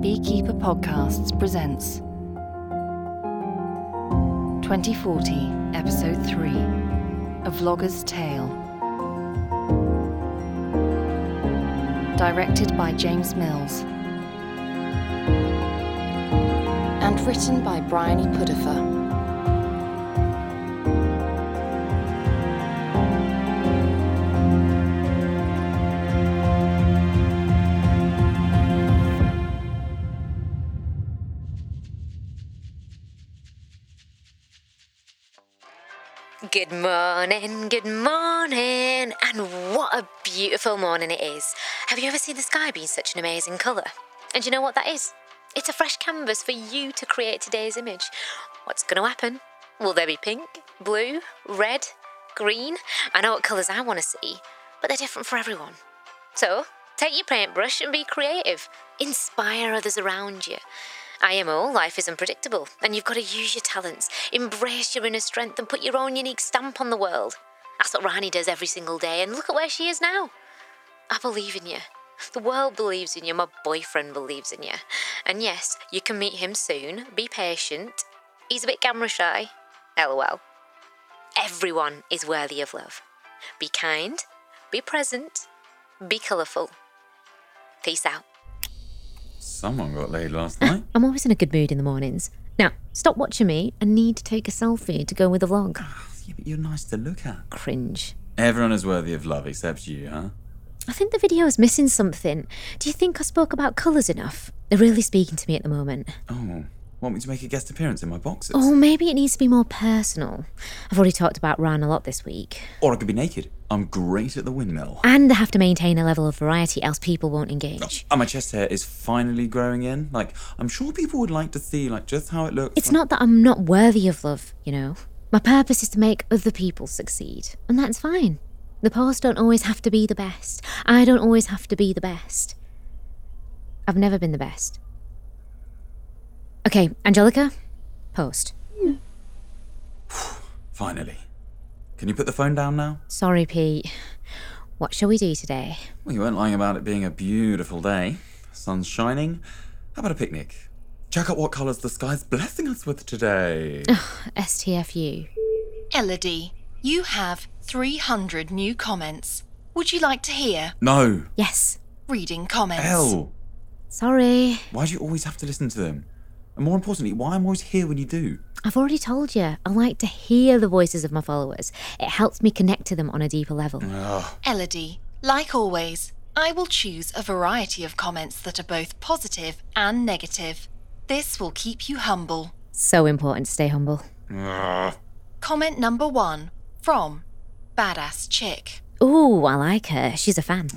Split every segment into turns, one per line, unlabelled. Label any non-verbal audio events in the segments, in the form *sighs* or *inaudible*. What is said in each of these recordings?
Beekeeper Podcasts presents 2040, Episode 3 A Vlogger's Tale. Directed by James Mills. And written by Bryony Pudifer.
Good morning, good morning, and what a beautiful morning it is. Have you ever seen the sky being such an amazing colour? And you know what that is? It's a fresh canvas for you to create today's image. What's going to happen? Will there be pink, blue, red, green? I know what colours I want to see, but they're different for everyone. So, take your paintbrush and be creative. Inspire others around you. IMO, life is unpredictable, and you've got to use your talents, embrace your inner strength, and put your own unique stamp on the world. That's what Rani does every single day, and look at where she is now. I believe in you. The world believes in you, my boyfriend believes in you. And yes, you can meet him soon. Be patient. He's a bit camera shy. LOL. Everyone is worthy of love. Be kind, be present, be colourful. Peace out.
Someone got laid last night.
I'm always in a good mood in the mornings. Now, stop watching me. I need to take a selfie to go with the vlog.
*laughs*
Ah,
yeah, but you're nice to look at.
Cringe.
Everyone is worthy of love except you, huh?
I think the video is missing something. Do you think I spoke about colours enough? They're really speaking to me at the moment.
Oh, want me to make a guest appearance in my boxes?
Oh, maybe it needs to be more personal. I've already talked about Ryan a lot this week.
Or I could be naked. I'm great at the windmill.
And I have to maintain a level of variety, else people won't engage.
And my chest hair is finally growing in. Like, I'm sure people would like to see, like, just how it looks.
It's not that I'm not worthy of love, you know. My purpose is to make other people succeed, and that's fine. The past don't always have to be the best. I don't always have to be the best. I've never been the best. Okay, Angelica, post.
Finally. Can you put the phone down now?
Sorry, Pete. What shall we do today?
Well, you weren't lying about it being a beautiful day. Sun's shining. How about a picnic? Check out what colours the sky's blessing us with
*laughs*
today.
STFU.
Elodie, you have 300 new comments. Would you like to hear
no.
Yes.
reading comments?
Hell.
Sorry.
Why do you always have to listen to them? And more importantly, why I'm always here when you do?
I've already told you, I like to hear the voices of my followers. It helps me connect to them on a deeper level.
Elodie, like always, I will choose a variety of comments that are both positive and negative. This will keep you humble.
So important to stay humble.
Comment number one from Badass Chick.
Ooh, I like her. She's a fan.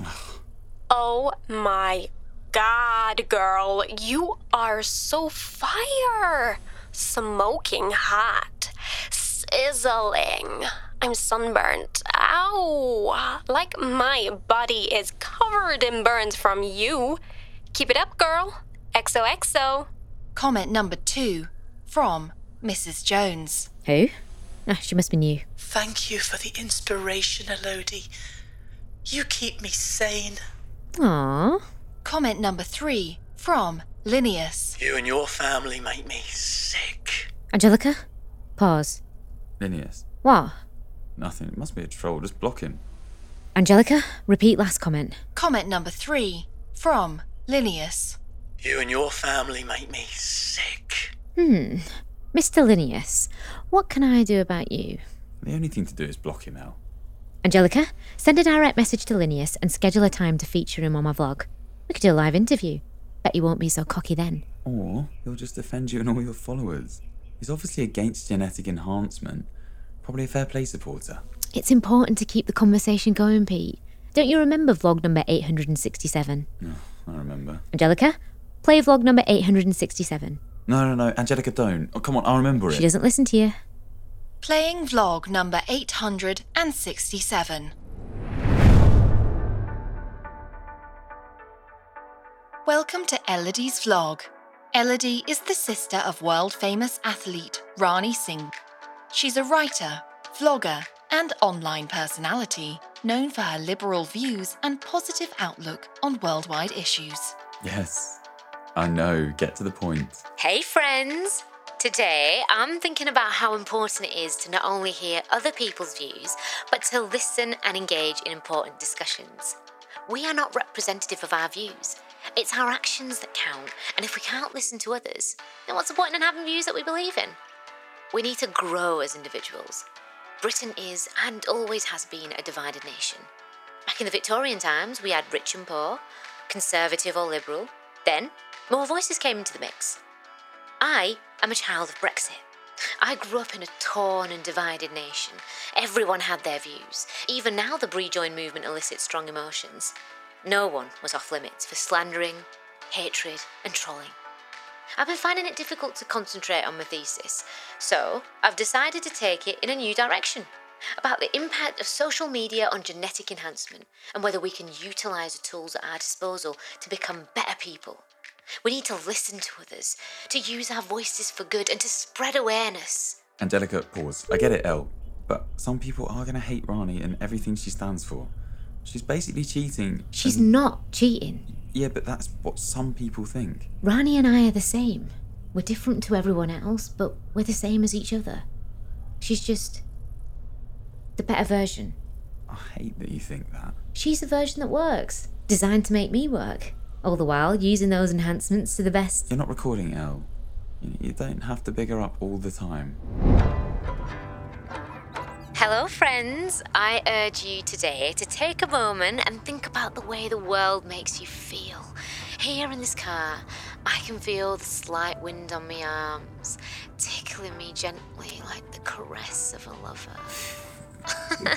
Oh my god, girl, you are so fire! Smoking hot, sizzling. I'm sunburnt. Ow! Like my body is covered in burns from you. Keep it up, girl. XOXO.
Comment number two from Mrs. Jones.
Who? Ah, she must be new.
Thank you for the inspiration, Elodie. You keep me sane.
Aww.
Comment number three from Linnaeus.
You and your family make me sick.
Angelica? Pause.
Linnaeus.
What?
Nothing. It must be a troll. Just block him.
Angelica, repeat last comment.
Comment number three from Linnaeus.
You and your family make me sick.
Hmm. Mr. Linnaeus, what can I do about you?
The only thing to do is block him out.
Angelica, send a direct message to Linnaeus and schedule a time to feature him on my vlog. We could do a live interview. Bet you won't be so cocky then.
Or he'll just offend you and all your followers. He's obviously against genetic enhancement. Probably a fair play supporter.
It's important to keep the conversation going, Pete. Don't you remember vlog number 867?
I remember.
Angelica, play vlog number 867.
No, no, no. Angelica, don't. Oh, come on. I remember
She
it.
doesn't listen to you.
Playing vlog number 867. Welcome to Elodie's vlog. Elodie is the sister of world famous athlete Rani Singh. She's a writer, vlogger, and online personality known for her liberal views and positive outlook on worldwide issues.
Yes. I know, get to the point.
Hey, friends! Today, I'm thinking about how important it is to not only hear other people's views, but to listen and engage in important discussions. We are not representative of our views. It's our actions that count, and if we can't listen to others, then what's the point in having views that we believe in? We need to grow as individuals. Britain is and always has been a divided nation. Back in the Victorian times, we had rich and poor, conservative or liberal. Then, more voices came into the mix. I am a child of Brexit. I grew up in a torn and divided nation. Everyone had their views. Even now, the rejoin movement elicits strong emotions. No one was off limits for slandering, hatred, and trolling. I've been finding it difficult to concentrate on my thesis, so I've decided to take it in a new direction about the impact of social media on genetic enhancement and whether we can utilise the tools at our disposal to become better people. We need to listen to others, to use our voices for good, and to spread awareness.
And delicate pause. I get it, Elle, but some people are going to hate Rani and everything she stands for. She's basically cheating.
She's
and-
not cheating.
Yeah, but that's what some people think.
Rani and I are the same. We're different to everyone else, but we're the same as each other. She's just the better version.
I hate that you think that.
She's a version that works, designed to make me work, all the while using those enhancements to the best.
You're not recording, Elle. You- You don't have to big her up all the time.
Hello, friends. I urge you today to take a moment and think about the way the world makes you feel. Here in this car, I can feel the slight wind on my arms, tickling me gently like the caress of a lover. *laughs*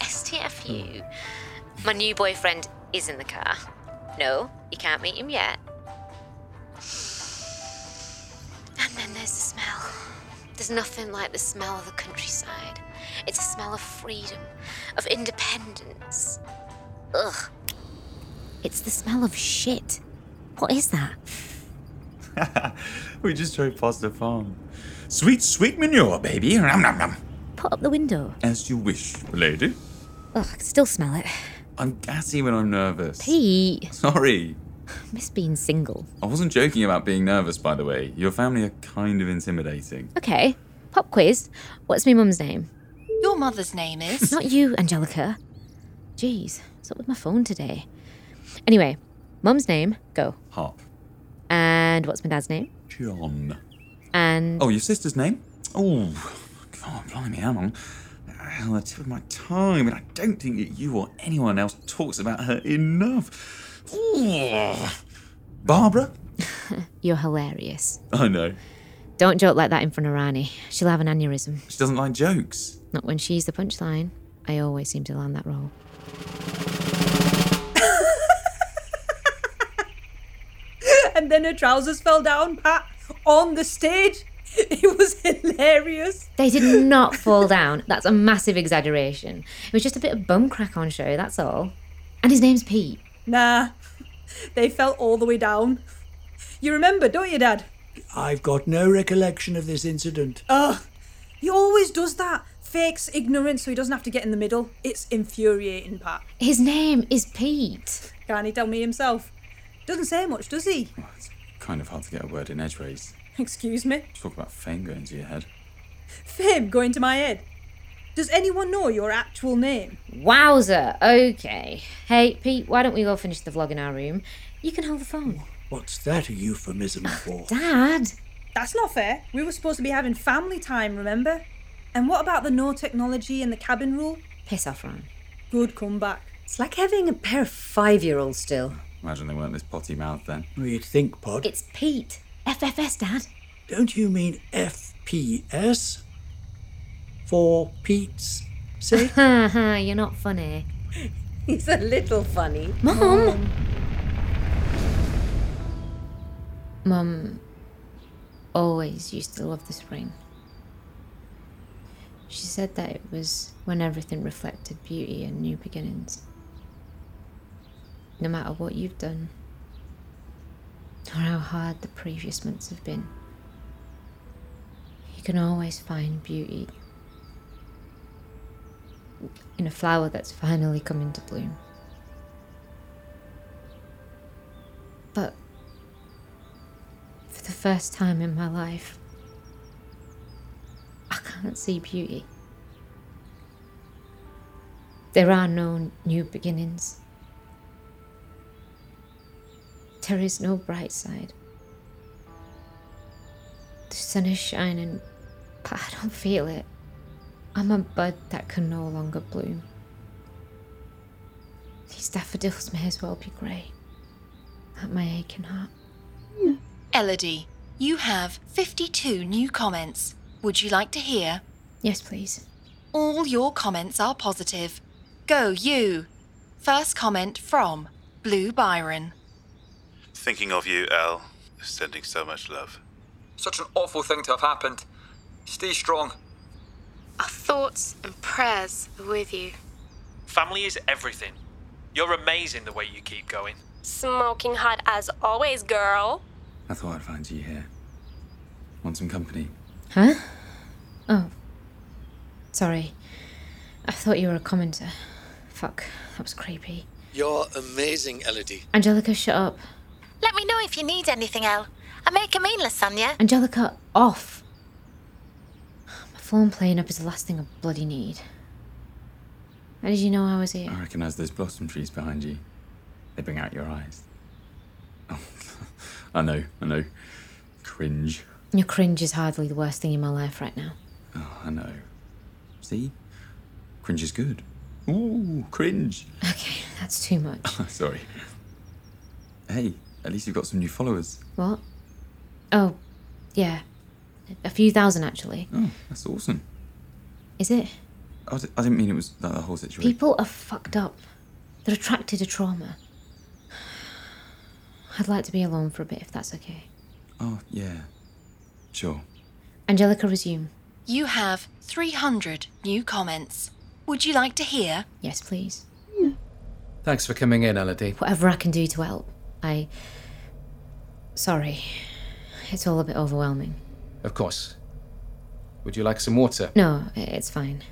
STFU. My new boyfriend is in the car. No, you can't meet him yet. And then there's the smell. There's nothing like the smell of the countryside. It's a smell of freedom, of independence. Ugh. It's the smell of shit. What is that?
we just drove past the farm. Sweet, sweet manure, baby. Nom, nom, nom.
Put up the window.
As you wish, lady.
Ugh, I can still smell it.
I'm gassy when I'm nervous.
Pete,
Sorry.
I miss being single.
I wasn't joking about being nervous, by the way. Your family are kind of intimidating.
Okay, pop quiz. What's my mum's name?
Your mother's name
*laughs*
is.
Not you, Angelica. Jeez, what's up with my phone today? Anyway, mum's name, go.
Harp.
And what's my dad's name?
John.
And
Oh, your sister's name? Oh, God, blimey, how long? On the tip of my tongue, and I don't think that you or anyone else talks about her enough. Ooh. Barbara?
you're hilarious.
I know.
Don't joke like that in front of Rani. She'll have an aneurysm.
She doesn't like jokes.
Not when she's the punchline. I always seem to land that role.
and then her trousers fell down, Pat, on the stage. *laughs* It was hilarious.
They did not fall down. That's a massive exaggeration. It was just a bit of bum crack on show, that's all. And his name's Pete.
Nah, they fell all the way down. You remember, don't you, Dad?
I've got no recollection of this incident.
Ugh. He always does that. Fakes ignorance so he doesn't have to get in the middle. It's infuriating, Pat.
His name is Pete.
Can't he tell me himself? Doesn't say much, does he? *laughs*
Oh, It's kind of hard to get a word in edgeways.
Excuse me.
Talk about fame going to your head.
Fame going to my head. Does anyone know your actual name?
Wowzer, okay. Hey, Pete, why don't we all finish the vlog in our room? You can hold the phone.
What's that a euphemism for? *laughs*
Dad?
That's not fair. We were supposed to be having family time, remember? And what about the no technology and the cabin rule?
Piss off, Ron.
Good comeback.
It's like having a pair of five year olds still.
Imagine they weren't this potty mouth then.
We'd think, Pod.
It's Pete. FFS, Dad. *laughs*
Don't you mean FPS? For Pete's sake?
Ha ha, you're not funny.
He's a little funny.
Mom! Mum always used to love the spring. She said that it was when everything reflected beauty and new beginnings. No matter what you've done, or how hard the previous months have been, you can always find beauty in a flower that's finally come into bloom. But first time in my life, I can't see beauty. There are no new beginnings. There is no bright side. The sun is shining, but I don't feel it. I'm a bud that can no longer bloom. These daffodils may as well be grey at my aching heart.
Elodie, you have 52 new comments. Would you like to hear?
Yes, please.
All your comments are positive. Go you! First comment from Blue Byron.
Thinking of you, Al. Sending so much love.
Such an awful thing to have happened. Stay strong.
Our thoughts and prayers are with you.
Family is everything. You're amazing the way you keep going.
Smoking hot as always, girl.
I thought I'd find you here. Want some company?
Huh? Oh. Sorry. I thought you were a commenter. Fuck, that was creepy.
You're amazing, Elodie.
Angelica, shut up.
Let me know if you need anything, El. I make a meanless son, yeah?
Angelica, off! My phone playing up is the last thing I bloody need. How did you know I was here?
I recognise those blossom trees behind you. They bring out your eyes. Oh, *laughs* I know, I know. Cringe.
Your cringe is hardly the worst thing in my life right now.
Oh, I know. See? Cringe is good. Ooh, cringe. *laughs*
Okay, that's too much.
Sorry. Hey, at least you've got some new followers.
What? Oh, yeah. A few thousand, actually.
Oh, that's awesome.
Is it?
I d- I didn't mean it was that the whole situation.
People are fucked up. They're attracted to trauma. I'd like to be alone for a bit if that's okay.
Oh, yeah. Sure.
Angelica, resume.
You have 300 new comments. Would you like to hear?
Yes, please.
Thanks for coming in, Elodie.
Whatever I can do to help. I. Sorry. It's all a bit overwhelming.
Of course. Would you like some water?
No, it's fine.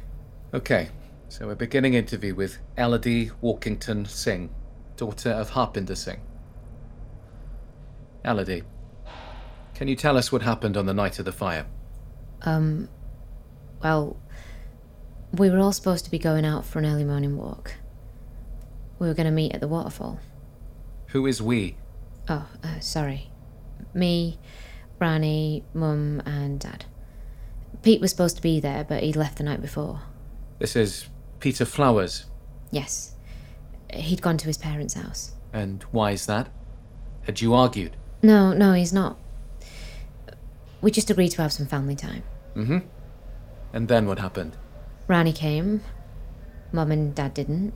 Okay, so we're beginning interview with Elodie Walkington Singh, daughter of Harpinder Singh. Elodie, can you tell us what happened on the night of the fire?
Um, well, we were all supposed to be going out for an early morning walk. We were going to meet at the waterfall.
Who is we?
Oh, uh, sorry. Me, Branny, Mum, and Dad. Pete was supposed to be there, but he left the night before.
This is Peter Flowers.
Yes. He'd gone to his parents' house.
And why is that? Had you argued?
No, no, he's not. We just agreed to have some family time.
Mm hmm. And then what happened?
Rani came. Mum and Dad didn't.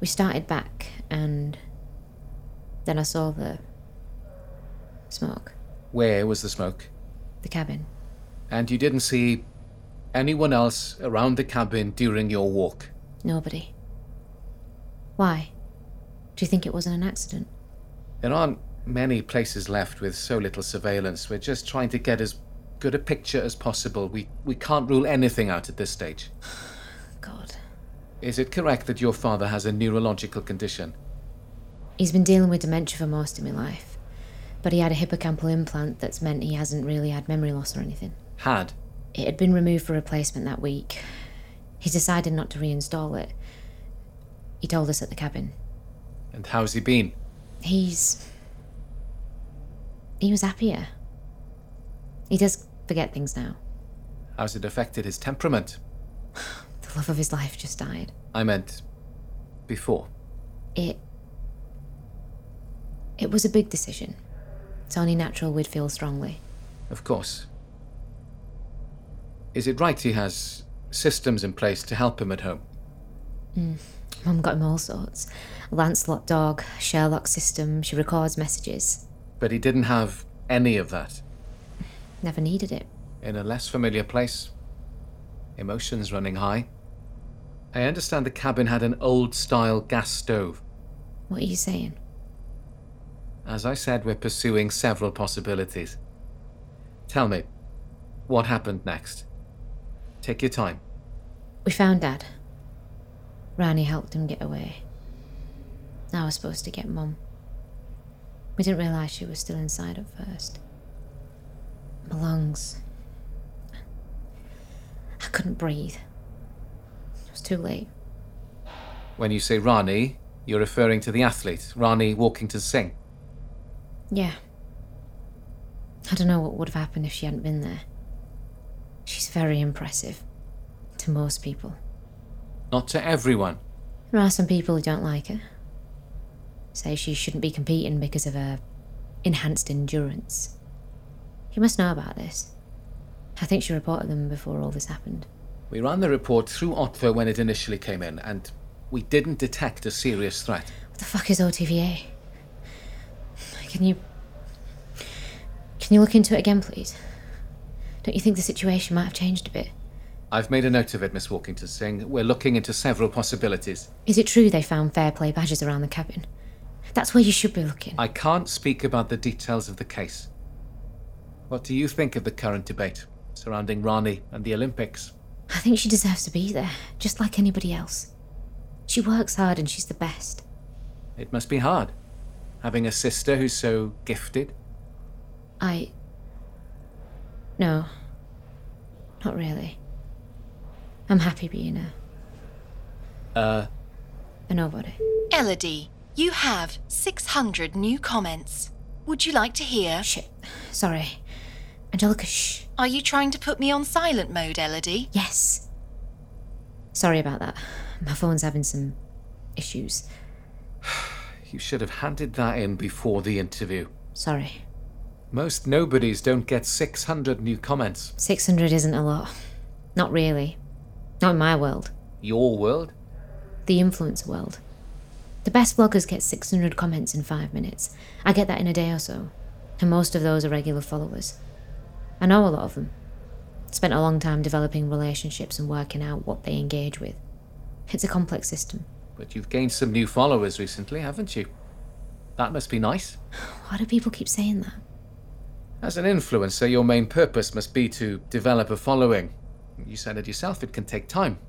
We started back, and then I saw the smoke.
Where was the smoke?
The cabin.
And you didn't see anyone else around the cabin during your walk?
Nobody. Why? Do you think it wasn't an accident?
There aren't many places left with so little surveillance. We're just trying to get as good a picture as possible. We, we can't rule anything out at this stage.
God.
Is it correct that your father has a neurological condition?
He's been dealing with dementia for most of my life, but he had a hippocampal implant that's meant he hasn't really had memory loss or anything.
Had?
It had been removed for replacement that week. He decided not to reinstall it. He told us at the cabin.
And how's he been?
He's. He was happier. He does forget things now.
How's it affected his temperament?
the love of his life just died.
I meant. before.
It. It was a big decision. It's only natural we'd feel strongly.
Of course. Is it right he has systems in place to help him at home?
Mm. Mum got him all sorts. Lancelot dog, Sherlock system, she records messages.
But he didn't have any of that.
Never needed it.
In a less familiar place, emotions running high. I understand the cabin had an old style gas stove.
What are you saying?
As I said, we're pursuing several possibilities. Tell me, what happened next? Take your time.
We found Dad. Rani helped him get away. I was supposed to get Mum. We We didn't realise she was still inside at first. My lungs. I couldn't breathe. It was too late.
When you say Rani, you're referring to the athlete, Rani Walkington Singh.
Yeah. I don't know what would have happened if she hadn't been there. She's very impressive. To most people.
Not to everyone.
There are some people who don't like her. Say she shouldn't be competing because of her enhanced endurance. You must know about this. I think she reported them before all this happened.
We ran the report through OTFA when it initially came in, and we didn't detect a serious threat.
What the fuck is OTVA? Can you. Can you look into it again, please? Don't you think the situation might have changed a bit?
I've made a note of it, Miss Walkington Singh. We're looking into several possibilities.
Is it true they found fair play badges around the cabin? That's where you should be looking.
I can't speak about the details of the case. What do you think of the current debate surrounding Rani and the Olympics?
I think she deserves to be there, just like anybody else. She works hard and she's the best.
It must be hard, having a sister who's so gifted.
I. No. Not really. I'm happy being a.
Uh,
a nobody.
Elodie, you have 600 new comments. Would you like to hear?
Shit. Sorry. Angelica, shh.
Are you trying to put me on silent mode, Elodie?
Yes. Sorry about that. My phone's having some issues.
You should have handed that in before the interview.
Sorry.
Most nobodies don't get 600 new comments.
600 isn't a lot. Not really. Not in my world.
Your world?
The influencer world. The best vloggers get 600 comments in five minutes. I get that in a day or so. And most of those are regular followers. I know a lot of them. Spent a long time developing relationships and working out what they engage with. It's a complex system.
But you've gained some new followers recently, haven't you? That must be nice.
Why do people keep saying that?
As an influencer, your main purpose must be to develop a following. You said it yourself, it can take time.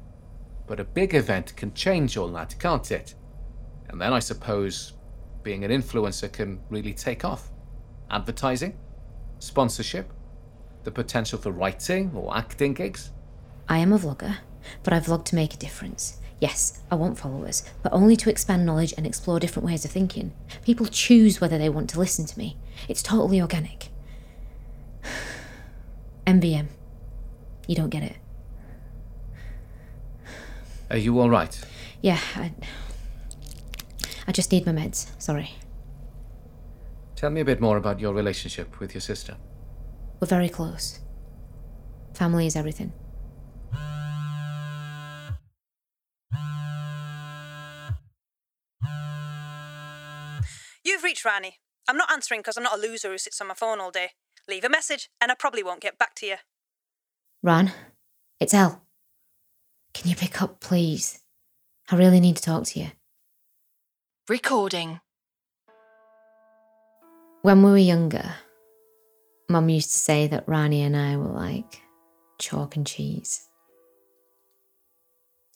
But a big event can change all that, can't it? And then I suppose being an influencer can really take off. Advertising, sponsorship, the potential for writing or acting gigs.
I am a vlogger, but I vlog to make a difference. Yes, I want followers, but only to expand knowledge and explore different ways of thinking. People choose whether they want to listen to me, it's totally organic. *sighs* MBM. You don't get it.
Are you alright?
Yeah, I, I just need my meds. Sorry.
Tell me a bit more about your relationship with your sister.
We're very close. Family is everything.
You've reached Rani. I'm not answering because I'm not a loser who sits on my phone all day. Leave a message and I probably won't get back to you.
Ran, it's Elle. Can you pick up, please? I really need to talk to you.
Recording.
When we were younger, Mum used to say that Rani and I were like chalk and cheese.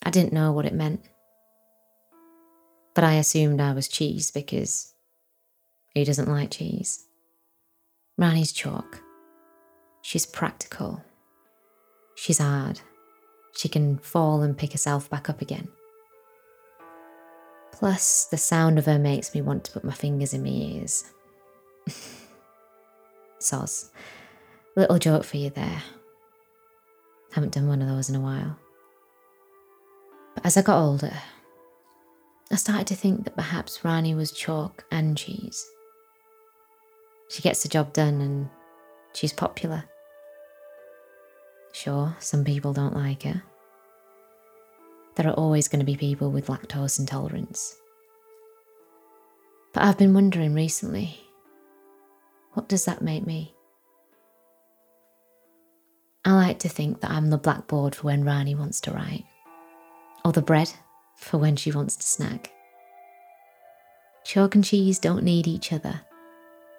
I didn't know what it meant, but I assumed I was cheese because who doesn't like cheese? Rani's chalk. She's practical. She's hard. She can fall and pick herself back up again. Plus, the sound of her makes me want to put my fingers in my ears. Soz. Little joke for you there. Haven't done one of those in a while. But as I got older, I started to think that perhaps Rani was chalk and cheese. She gets the job done and she's popular. Sure, some people don't like her. There are always going to be people with lactose intolerance. But I've been wondering recently what does that make me? I like to think that I'm the blackboard for when Rani wants to write, or the bread for when she wants to snack. Chalk and cheese don't need each other,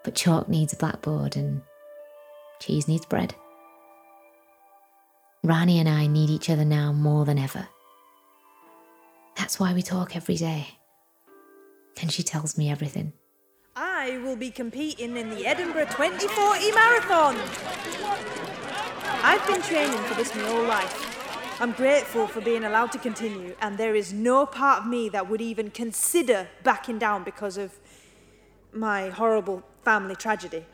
but chalk needs a blackboard and cheese needs bread. Rani and I need each other now more than ever. That's why we talk every day. And she tells me everything.
I
I will be competing in the Edinburgh 2040 marathon. I've been training for this my whole life. I'm grateful for being allowed to continue, and there is no part of me that would even consider backing down because of my horrible family tragedy.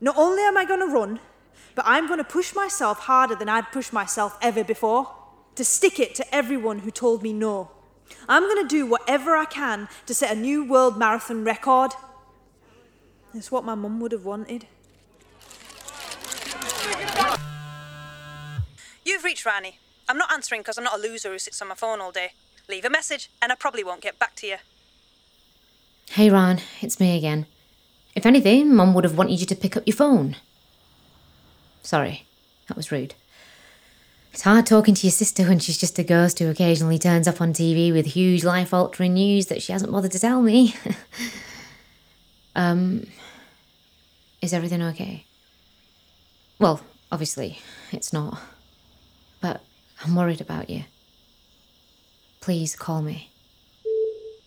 Not only am I going to run, but I'm going to push myself harder than I'd pushed myself ever before to stick it to everyone who told me no. I'm going to do whatever I can to set a new world marathon record. It's what my mum would have wanted.
You've reached Rani. I'm not answering because I'm not a loser who sits on my phone all day. Leave a message and I probably won't get back to you.
Hey, Ron, it's me again. If anything, Mum would have wanted you to pick up your phone. Sorry, that was rude. It's hard talking to your sister when she's just a ghost who occasionally turns up on TV with huge life altering news that she hasn't bothered to tell me. *laughs* um, is everything okay? Well, obviously, it's not. But I'm worried about you. Please call me.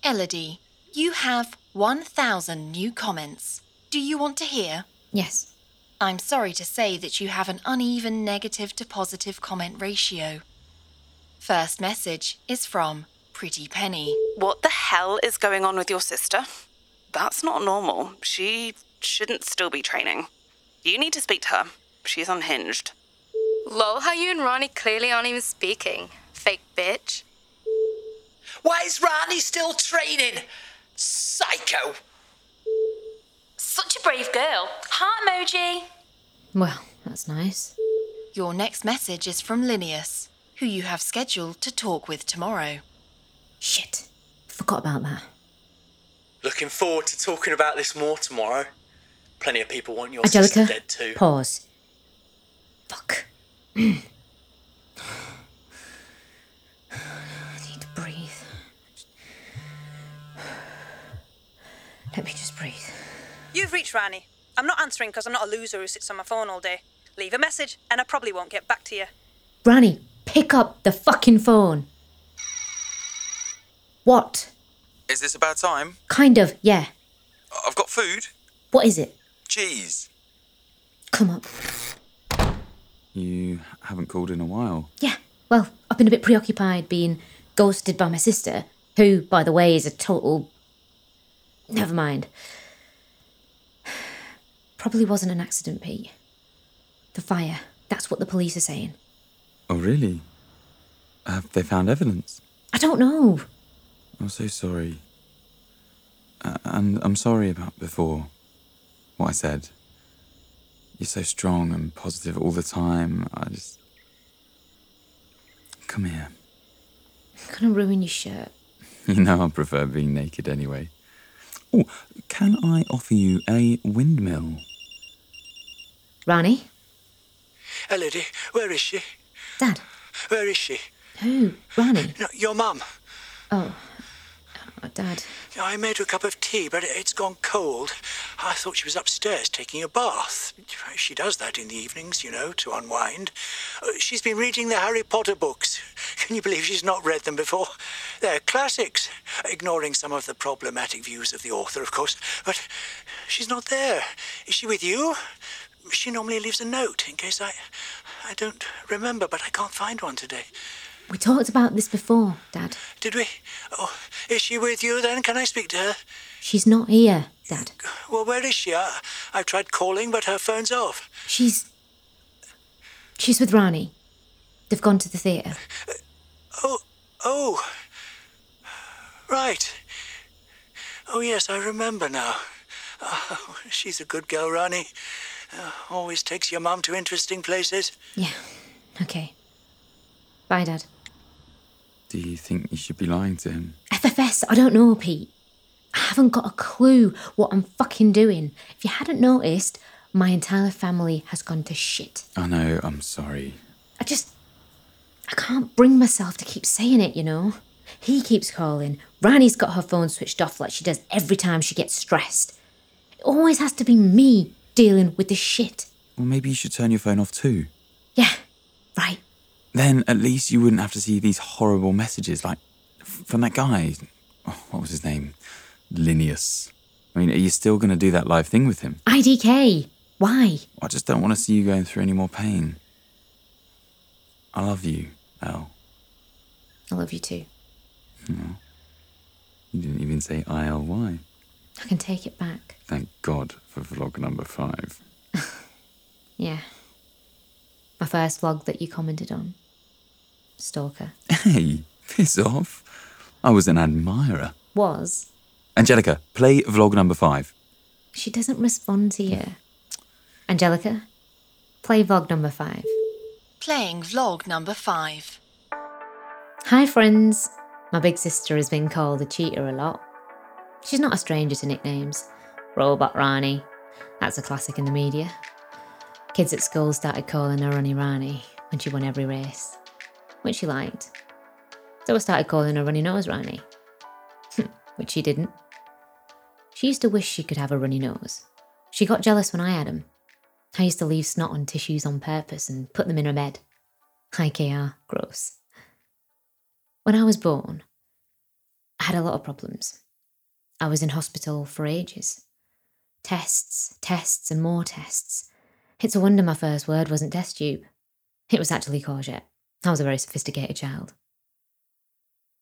Elodie, you have 1,000 new comments. Do you want to hear?
Yes.
I'm sorry to say that you have an uneven negative to positive comment ratio. First message is from Pretty Penny.
What the hell is going on with your sister? That's not normal. She shouldn't still be training. You need to speak to her. She's unhinged.
Lol, how you and Ronnie clearly aren't even speaking. Fake bitch.
Why is Ronnie still training? Psycho!
Such a brave girl. Heart emoji.
Well, that's nice.
Your next message is from Linnaeus, who you have scheduled to talk with tomorrow.
Shit. Forgot about that.
Looking forward to talking about this more tomorrow. Plenty of people want your sister
Angelica,
dead too.
pause. Fuck. I need to breathe. Let me just breathe.
You've reached Rani. I'm not answering because I'm not a loser who sits on my phone all day. Leave a message and I probably won't get back to you.
Granny, pick up the fucking phone. What?
Is this about time?
Kind of, yeah.
I've got food.
What is it?
Cheese.
Come up.
You haven't called in a while.
Yeah, well, I've been a bit preoccupied being ghosted by my sister, who, by the way, is a total. Never mind. *sighs* Probably wasn't an accident, Pete. The fire. That's what the police are saying.
Oh, really? Have they found evidence?
I don't know.
I'm so sorry. Uh, and I'm sorry about before. What I said. You're so strong and positive all the time. I just. Come here. *laughs*
I'm gonna ruin your shirt.
You know I prefer being naked anyway. Oh, can I offer you a windmill?
Ronnie?
Elodie, where is she?
Dad?
Where is she?
Who? Ronnie?
No, your mum.
Oh. oh, Dad.
I made her a cup of tea, but it's gone cold. I thought she was upstairs taking a bath. She does that in the evenings, you know, to unwind. Uh, She's been reading the Harry Potter books. Can you believe she's not read them before? They're classics, ignoring some of the problematic views of the author, of course. But she's not there. Is she with you? She normally leaves a note in case I. I don't remember, but I can't find one today.
We talked about this before, Dad.
Did we? Oh, is she with you then? Can I speak to her?
She's not here, Dad.
Well, where is she? I, I've tried calling, but her phone's off.
She's. She's with Ronnie. They've gone to the theatre.
Oh, oh. Right. Oh, yes, I remember now. Oh, *laughs* she's a good girl, Ronnie. Uh, always takes your mum to interesting places.
Yeah. Okay. Bye, Dad.
Do you think you should be lying to him?
FFS, I don't know, Pete. I haven't got a clue what I'm fucking doing. If you hadn't noticed, my entire family has gone to shit.
I know, I'm sorry.
I just. I can't bring myself to keep saying it, you know? He keeps calling. Rani's got her phone switched off like she does every time she gets stressed. It always has to be me dealing with the shit.
Well, maybe you should turn your phone off too.
Yeah, right.
Then at least you wouldn't have to see these horrible messages like f- from that guy. Oh, what was his name? Linnaeus. I mean, are you still going to do that live thing with him?
IDK. Why?
I just don't want to see you going through any more pain. I love you, Elle.
I love you too.
Aw. You didn't even say ILY.
I can take it back.
Thank God for vlog number five.
Yeah. My first vlog that you commented on. Stalker.
Hey, piss off. I was an admirer.
Was.
Angelica, play vlog number five.
She doesn't respond to you. Angelica, play vlog number five.
Playing vlog number five.
Hi, friends. My big sister has been called a cheater a lot. She's not a stranger to nicknames. Robot Rani. That's a classic in the media. Kids at school started calling her Runny Rani when she won every race, which she liked. So I started calling her Runny Nose Rani, which she didn't. She used to wish she could have a runny nose. She got jealous when I had 'em. I used to leave snot on tissues on purpose and put them in her bed. Hi, KR. Gross. When I was born, I had a lot of problems. I was in hospital for ages. Tests, tests, and more tests. It's a wonder my first word wasn't test tube. It was actually courgette. I was a very sophisticated child.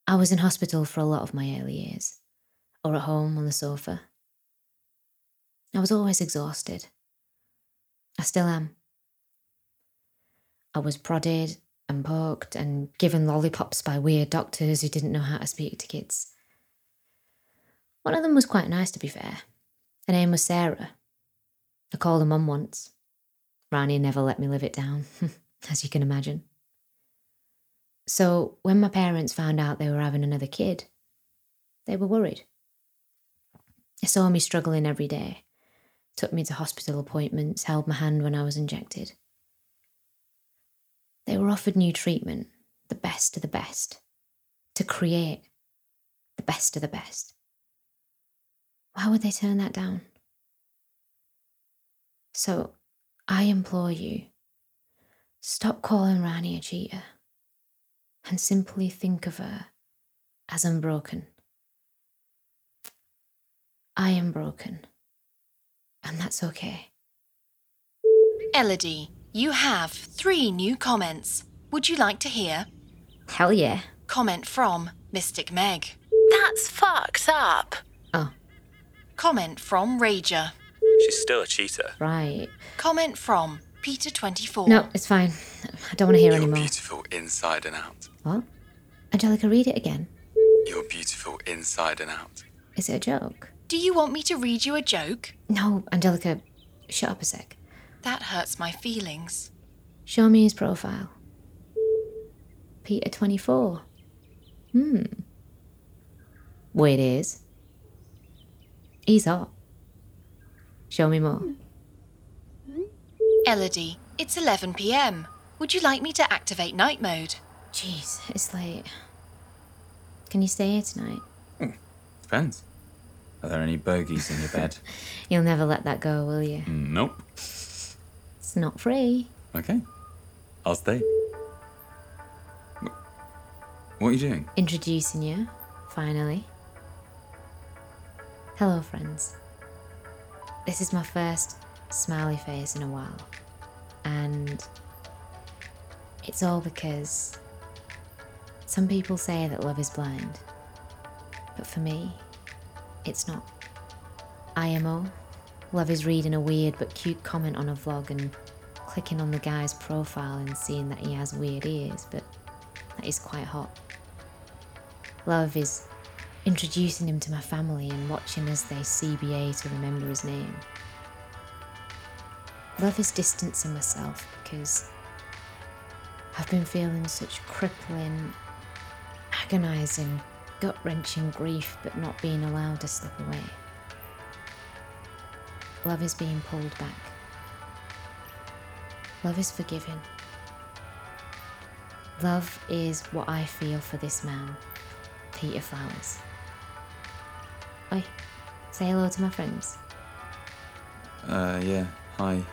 I was in hospital for a lot of my early years, or at home on the sofa. I was always exhausted. I still am. I was prodded and poked and given lollipops by weird doctors who didn't know how to speak to kids. One of them was quite nice, to be fair. Her name was Sarah. I called her mum once. Rani never let me live it down, *laughs* as you can imagine. So, when my parents found out they were having another kid, they were worried. They saw me struggling every day, took me to hospital appointments, held my hand when I was injected. They were offered new treatment, the best of the best, to create the best of the best. Why would they turn that down? So I implore you stop calling Rani a cheater and simply think of her as unbroken. I am broken, and that's okay.
Elodie, you have three new comments. Would you like to hear?
Hell yeah.
Comment from Mystic Meg.
That's fucked up.
Oh,
Comment from Rager.
She's still a cheater.
Right.
Comment from Peter24.
No, it's fine. I don't want to hear
You're
anymore.
beautiful inside and out.
What? Angelica, read it again.
You're beautiful inside and out.
Is it a joke?
Do you want me to read you a joke?
No, Angelica, shut up a sec.
That hurts my feelings.
Show me his profile. Peter 24. Hmm. Well, it is. He's hot. Show me more.
Elodie, it's 11 pm. Would you like me to activate night mode?
Jeez, it's late. Can you stay here tonight?
Depends. Are there any bogeys in your bed?
You'll never let that go, will you?
*laughs*
Mm.
nope.
It's not free.
Okay. I'll stay. Wh- What are you doing?
Introducing you, finally. Hello, friends. This is my first smiley face in a while, and it's all because some people say that love is blind, but for me, it's not. IMO, love is reading a weird but cute comment on a vlog and clicking on the guy's profile and seeing that he has weird ears, but that is quite hot. Love is introducing him to my family and watching as they CBA to remember his name. Love is distancing myself because I've been feeling such crippling, agonising, gut wrenching grief, but not being allowed to slip away. Love is being pulled back. Love is forgiving. Love is what I feel for this man, Peter Flowers. Oi, say hello to my friends.
Uh, yeah. Hi.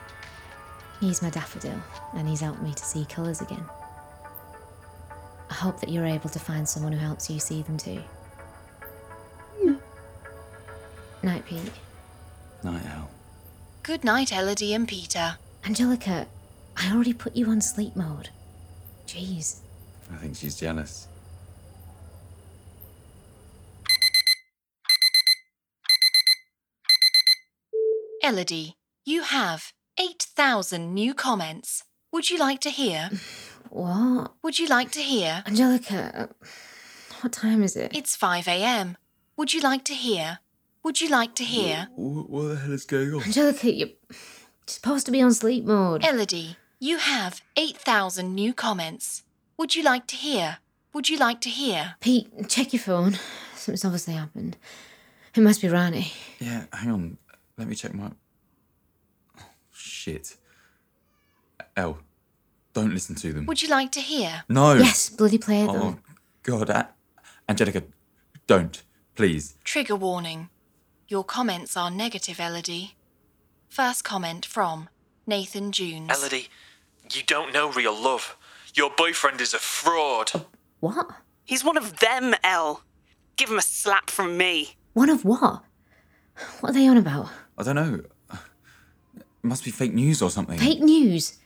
He's my daffodil, and he's helped me to see colours again. I hope that you're able to find someone who helps you see them too. Night, Pete.
Night owl.
Good night, Elodie and Peter.
Angelica, I already put you on sleep mode. Jeez.
I think she's jealous.
Elodie, you have 8,000 new comments. Would you like to hear?
What?
Would you like to hear?
Angelica, uh, what time is it?
It's 5 a.m. Would you like to hear? Would you like to hear?
What, what the hell is going on?
Angelica, you're supposed to be on sleep mode.
Elodie, you have 8,000 new comments. Would you like to hear? Would you like to hear?
Pete, check your phone. Something's obviously happened. It must be Rani.
*laughs* Yeah, hang on. Let me check my. Oh, shit. L, don't listen to them.
Would you like to hear?
No.
Yes, bloody play them.
Oh, God. A- Angelica, don't. Please.
Trigger warning. Your comments are negative, Elodie. First comment from Nathan Junes.
Elodie, you don't know real love. Your boyfriend is a fraud.
What?
He's one of them, Elle. Give him a slap from me.
One of what? What are they on about?
I don't know. It must be fake news or something.
Fake news?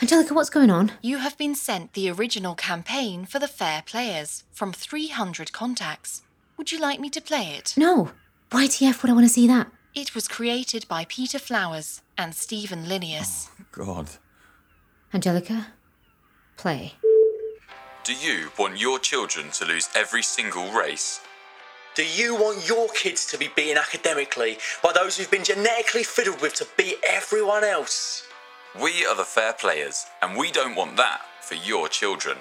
Angelica, what's going on?
You have been sent the original campaign for the Fair Players from 300 contacts. Would you like me to play it?
No. YTF would I want to see that?
It was created by Peter Flowers and Stephen Linnaeus.
God.
Angelica, play.
Do you want your children to lose every single race?
Do you want your kids to be beaten academically by those who've been genetically fiddled with to beat everyone else?
We are the fair players, and we don't want that for your children.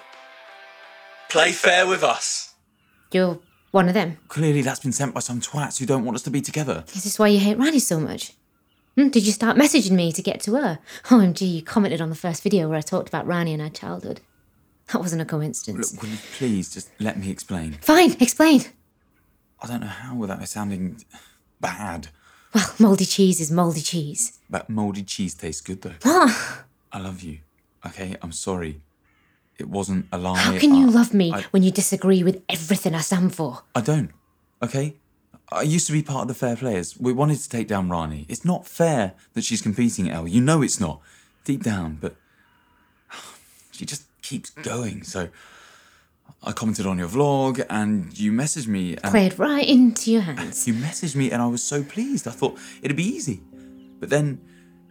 Play fair with us.
You're one of them.
Clearly, that's been sent by some twats who don't want us to be together.
Is this why you hate Rani so much? Hmm, Did you start messaging me to get to her? OMG, you commented on the first video where I talked about Rani and her childhood. That wasn't a coincidence.
Look, will you please just let me explain?
Fine, explain.
I don't know how without it sounding bad.
Well, mouldy cheese is mouldy cheese.
That mouldy cheese tastes good though.
What?
I love you. Okay, I'm sorry. It wasn't a lie.
How can
I- uh,
you love me
I,
when you disagree with everything I stand for?
I don't. Okay? I used to be part of the fair players. We wanted to take down Rani. It's not fair that she's competing at L. You know it's not. Deep down, but *sighs* she just keeps going. So I commented on your vlog and you messaged me and
Played right into your hands.
you messaged me and I was so pleased. I thought it'd be easy. But then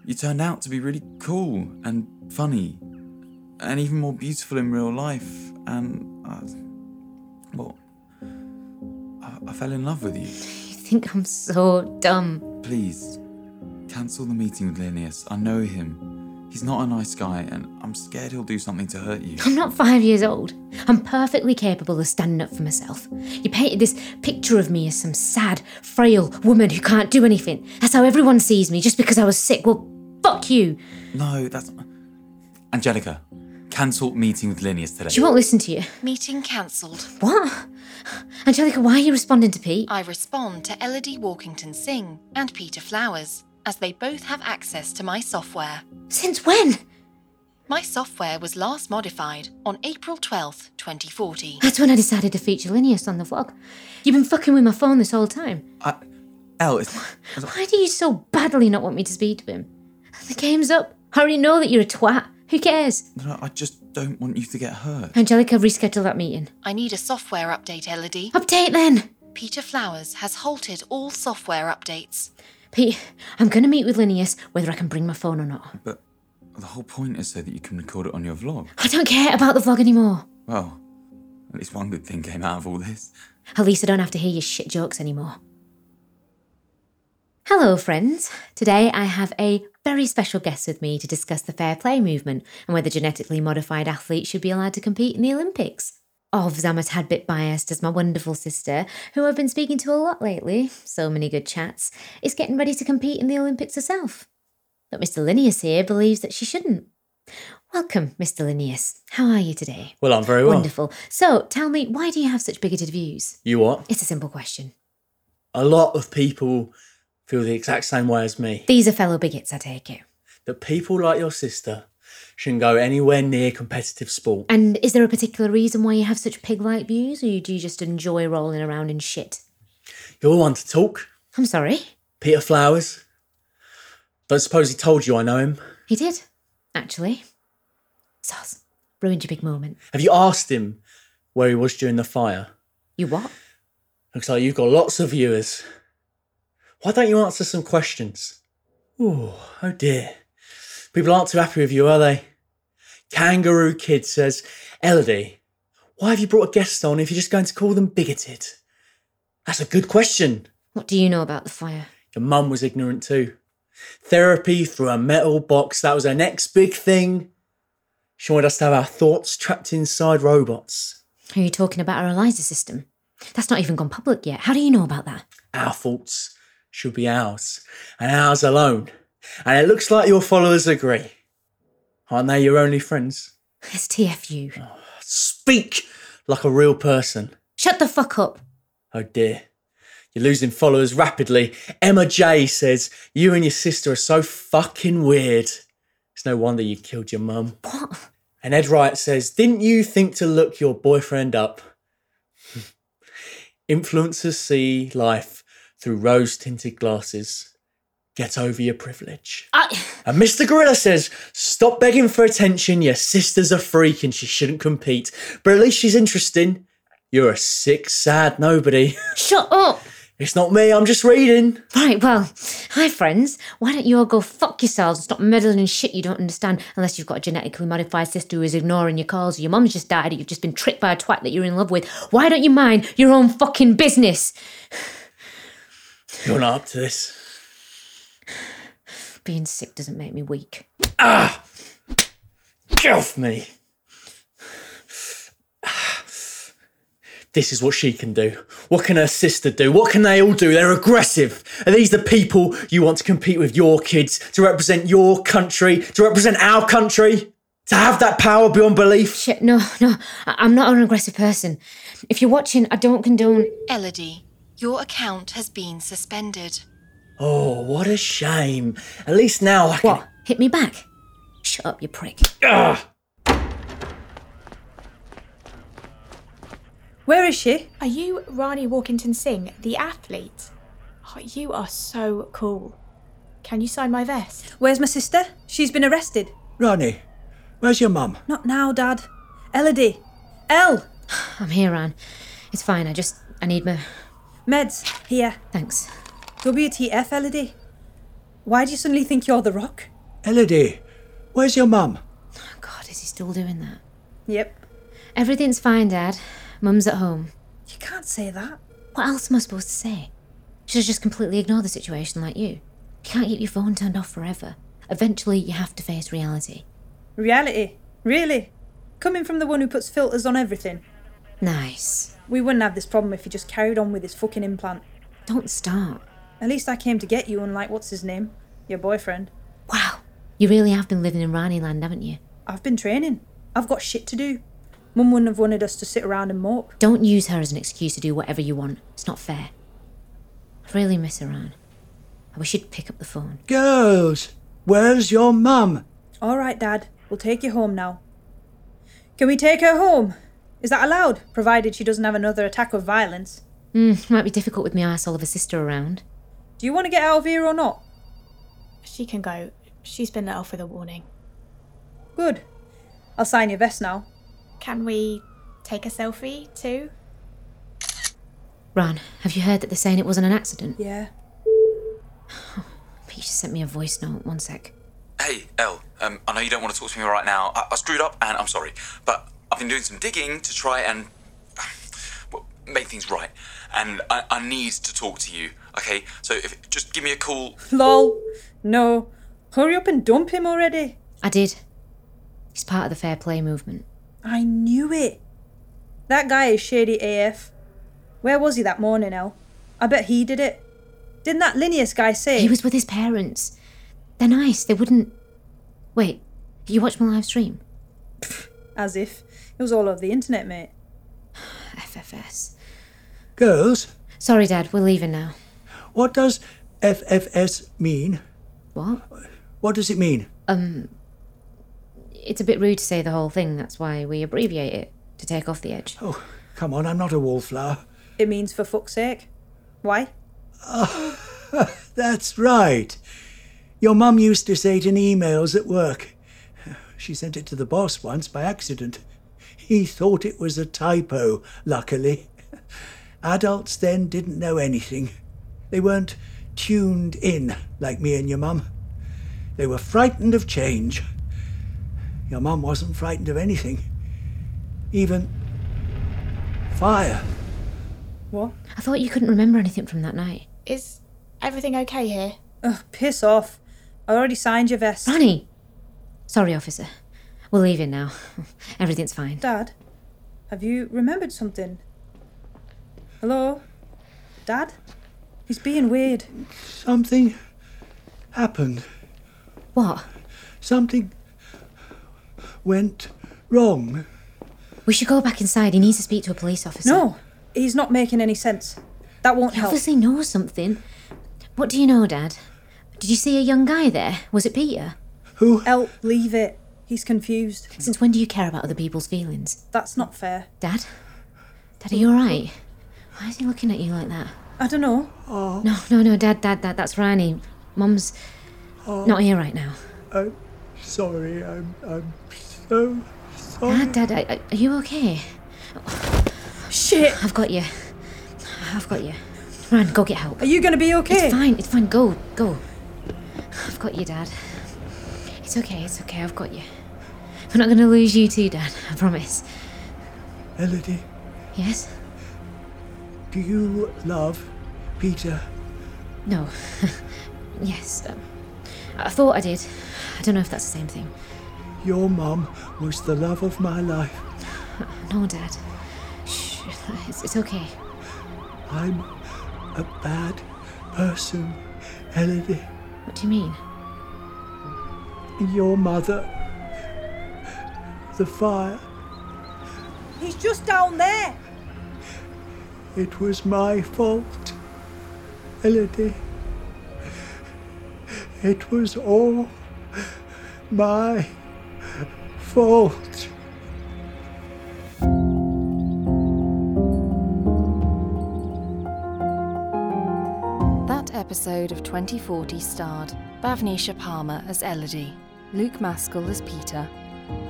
you turned out to be really cool and funny and even more beautiful in real life. And I, well, I, I fell in love with you.
You think I'm so dumb.
Please, cancel the meeting with Linnaeus. I know him. He's not a nice guy and I'm scared he'll do something to hurt you.
I'm not five years old. I'm perfectly capable of standing up for myself. You painted this picture of me as some sad, frail woman who can't do anything. That's how everyone sees me just because I was sick. Well, fuck you.
No, that's. Angelica, cancel meeting with Linnaeus today.
She won't listen to you.
Meeting cancelled.
What? Angelica, why are you responding to Pete?
I respond to Elodie Walkington Singh and Peter Flowers, as they both have access to my software.
Since when?
My software was last modified on April 12th, 2040.
That's when I decided to feature Linnaeus on the vlog. You've been fucking with my phone this whole time.
I, Elle, it's.
Why do you so badly not want me to speak to him? The game's up. I already know that you're a twat. Who cares?
No, I just don't want you to get hurt.
Angelica, reschedule that meeting.
I need a software update, Elodie.
Update then!
Peter Flowers has halted all software updates.
Pete, I'm going to meet with Linnaeus whether I can bring my phone or not.
But the whole point is so that you can record it on your vlog.
I don't care about the vlog anymore.
Well, at least one good thing came out of all this.
At least I don't have to hear your shit jokes anymore. Hello, friends. Today I have a very special guest with me to discuss the fair play movement and whether genetically modified athletes should be allowed to compete in the Olympics. Obvs, I'm a tad bit biased as my wonderful sister, who I've been speaking to a lot lately, so many good chats, is getting ready to compete in the Olympics herself. But Mr. Linnaeus here believes that she shouldn't. Welcome, Mr. Linnaeus. How are you today?
Well, I'm very well.
Wonderful. So tell me, why do you have such bigoted views?
You what?
It's a simple question.
A lot of people feel the exact same way as me.
These are fellow bigots, I take it.
That people like your sister shouldn't go anywhere near competitive sport.
And is there a particular reason why you have such pig like views, or you- do you just enjoy rolling around in shit?
You're one to talk.
I'm sorry.
Peter Flowers, But suppose he told you I know him.
He did, actually. Soz, ruined your big moment.
Have you asked him where he was during the fire?
You what?
Looks like you've got lots of viewers. Why don't you answer some questions? Ooh, oh dear. People aren't too happy with you, are they? Kangaroo Kid says, Elodie, why have you brought a guest on if you're just going to call them bigoted? That's a good question.
What do you know about the fire?
Your mum was ignorant too. Therapy through a metal box, that was her next big thing. She wanted us to have our thoughts trapped inside robots.
Are you talking about our ELISA system? That's not even gone public yet. How do you know about that?
Our thoughts should be ours, and ours alone. And it looks like your followers agree. Aren't they your only friends?
It's TFU.
Speak like a real person.
Shut the fuck up.
Oh dear. You're losing followers rapidly. Emma J says, You and your sister are so fucking weird. It's no wonder you killed your mum.
What?
And Ed Wright says, Didn't you think to look your boyfriend up? *laughs* Influencers see life through rose tinted glasses. Get over your privilege.
I.
And Mr. Gorilla says, Stop begging for attention. Your sister's a freak and she shouldn't compete. But at least she's interesting. You're a sick, sad nobody. *laughs*
Shut up!
It's not me, I'm just reading.
Right, well, hi friends. Why don't you all go fuck yourselves and stop meddling in shit you don't understand unless you've got a genetically modified sister who is ignoring your calls or your mum's just died or you've just been tricked by a twat that you're in love with. Why don't you mind your own fucking business?
You're not up to this.
Being sick doesn't make me weak.
Ah! Get off me! *sighs* This is what she can do. What can her sister do? What can they all do? They're aggressive. Are these the people you want to compete with your kids, to represent your country, to represent our country? To have that power beyond belief?
Shit, no, no, I- I'm not an aggressive person. If you're watching, I don't condone.
Elodie, your account has been suspended.
Oh, what a shame. At least now I can. What?
Hit me back? Shut up, you prick.
Ugh.
Where is she?
Are you Rani Walkington Singh, the athlete? Oh, you are so cool. Can you sign my vest?
Where's my sister? She's been arrested.
Ronnie, where's your mum?
Not now, Dad. Elodie. El.
I'm here, Anne. It's fine, I just. I need my.
Meds. Here.
Thanks.
WTF, Elodie? E Why do you suddenly think you're the rock?
Elodie, where's your mum?
Oh, God, is he still doing that?
Yep.
Everything's fine, Dad. Mum's at home.
You can't say that.
What else am I supposed to say? She'll just completely ignore the situation like you. You can't keep your phone turned off forever. Eventually, you have to face reality.
Reality. Really? Coming from the one who puts filters on everything.
Nice.
We wouldn't have this problem if he just carried on with his fucking implant.
Don't start.
At least I came to get you, unlike what's his name? Your boyfriend.
You really have been living in Rani land, haven't you?
I've been training. I've got shit to do. Mum wouldn't have wanted us to sit around and mope.
Don't use her as an excuse to do whatever you want. It's not fair. I really miss her, Anne. I wish you'd pick up the phone.
Girls, where's your mum?
All right, Dad. We'll take you home now. Can we take her home? Is that allowed? Provided she doesn't have another attack of violence.
Mm, might be difficult with my arsehole of a sister around.
Do you want to get out of here or not?
She can go. She's been let off with a warning.
Good. I'll sign your vest now.
Can we take a selfie too?
Ran, have you heard that they're saying it wasn't an accident?
Yeah.
Pete just sent me a voice note. One sec.
Hey, Elle, um, I know you don't want to talk to me right now. I, I screwed up and I'm sorry, but I've been doing some digging to try and *sighs* well, make things right. And I, I need to talk to you, okay? So if, just give me a call.
Lol. No. Hurry up and dump him already.
I did. He's part of the fair play movement.
I knew it. That guy is shady AF. Where was he that morning, El? I bet he did it. Didn't that Linnaeus guy say?
He was with his parents. They're nice. They wouldn't. Wait, you watched my live stream?
As if. It was all over the internet, mate.
FFS.
Girls,
Sorry, Dad. We're leaving now.
what does FFS mean?
What?
What does it mean?
Um. It's a bit rude to say the whole thing. That's why we abbreviate it to take off the edge.
Oh, come on, I'm not a wallflower.
It means for fuck's sake. Why?
That's right. Your mum used to say it in emails at work. She sent it to the boss once by accident. He thought it was a typo, luckily. Adults then didn't know anything. They weren't tuned in like me and your mum. They were frightened of change. Your mum wasn't frightened of anything, even fire.
What?
I thought you couldn't remember anything from that night.
Is everything okay here?
Ugh, piss off. I already signed your vest.
Ronnie! Sorry, officer. We're leaving now. *laughs* Everything's fine.
Dad, have you remembered something? Hello? Dad? He's being weird.
Something happened.
What?
Something went wrong.
We should go back inside. He needs to speak to a police officer.
No, he's not making any sense. That won't
He
help.
obviously knows something. What do you know, Dad? Did you see a young guy there? Was it Peter?
Who?
El, leave it. He's confused.
Since when do you care about other people's feelings?
That's not fair.
Dad? Dad, are you alright? Why is he looking at you like that?
I don't know.
Oh,
No, no, no, Dad, Dad, Dad, that's Rani. Mum's
oh,
not here right now.
I'm sorry. I'm, I'm so
Oh.
sorry.
Dad, Dad, I- I- are you okay?
Shit!
I've got you. I've got you. Ran, go get help.
Are you gonna be okay?
It's fine, it's fine. Go, go. I've got you, Dad. It's okay, it's okay. I've got you. We're not going to lose you too, Dad. I promise.
Elodie,
Yes?
do you love Peter?
No. *laughs* yes. Um, I thought I did. I don't know if that's the same thing.
Your mum was the love of my life.
No, Dad. Shh. It's, it's okay.
I'm a bad person, Elodie.
What do you mean?
Your mother. The fire.
He's just down there.
It was my fault. Elodie. It was all my fault.
That episode of 2040 starred Bhavnisha Palmer as Elodie, Luke Maskell as Peter,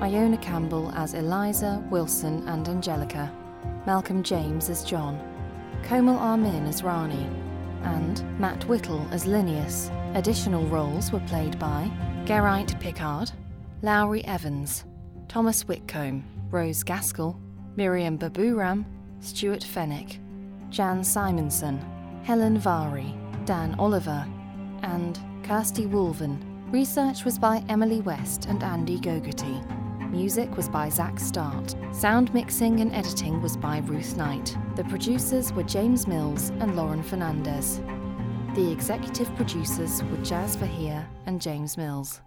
Iona Campbell as Eliza, Wilson, and Angelica, Malcolm James as John, Komal Armin as Rani, and Matt Whittle as Linnaeus. Additional roles were played by Geraint Pickard, Lowry Evans, Thomas Whitcomb, Rose Gaskell, Miriam Baburam, Stuart Fenwick, Jan Simonson, Helen Vary, Dan Oliver, and Kirsty Wolven. Research was by Emily West and Andy Gogarty. Music was by Zach Start. Sound mixing and editing was by Ruth Knight. The producers were James Mills and Lauren Fernandez. The executive producers were Jazz Vahir and James Mills.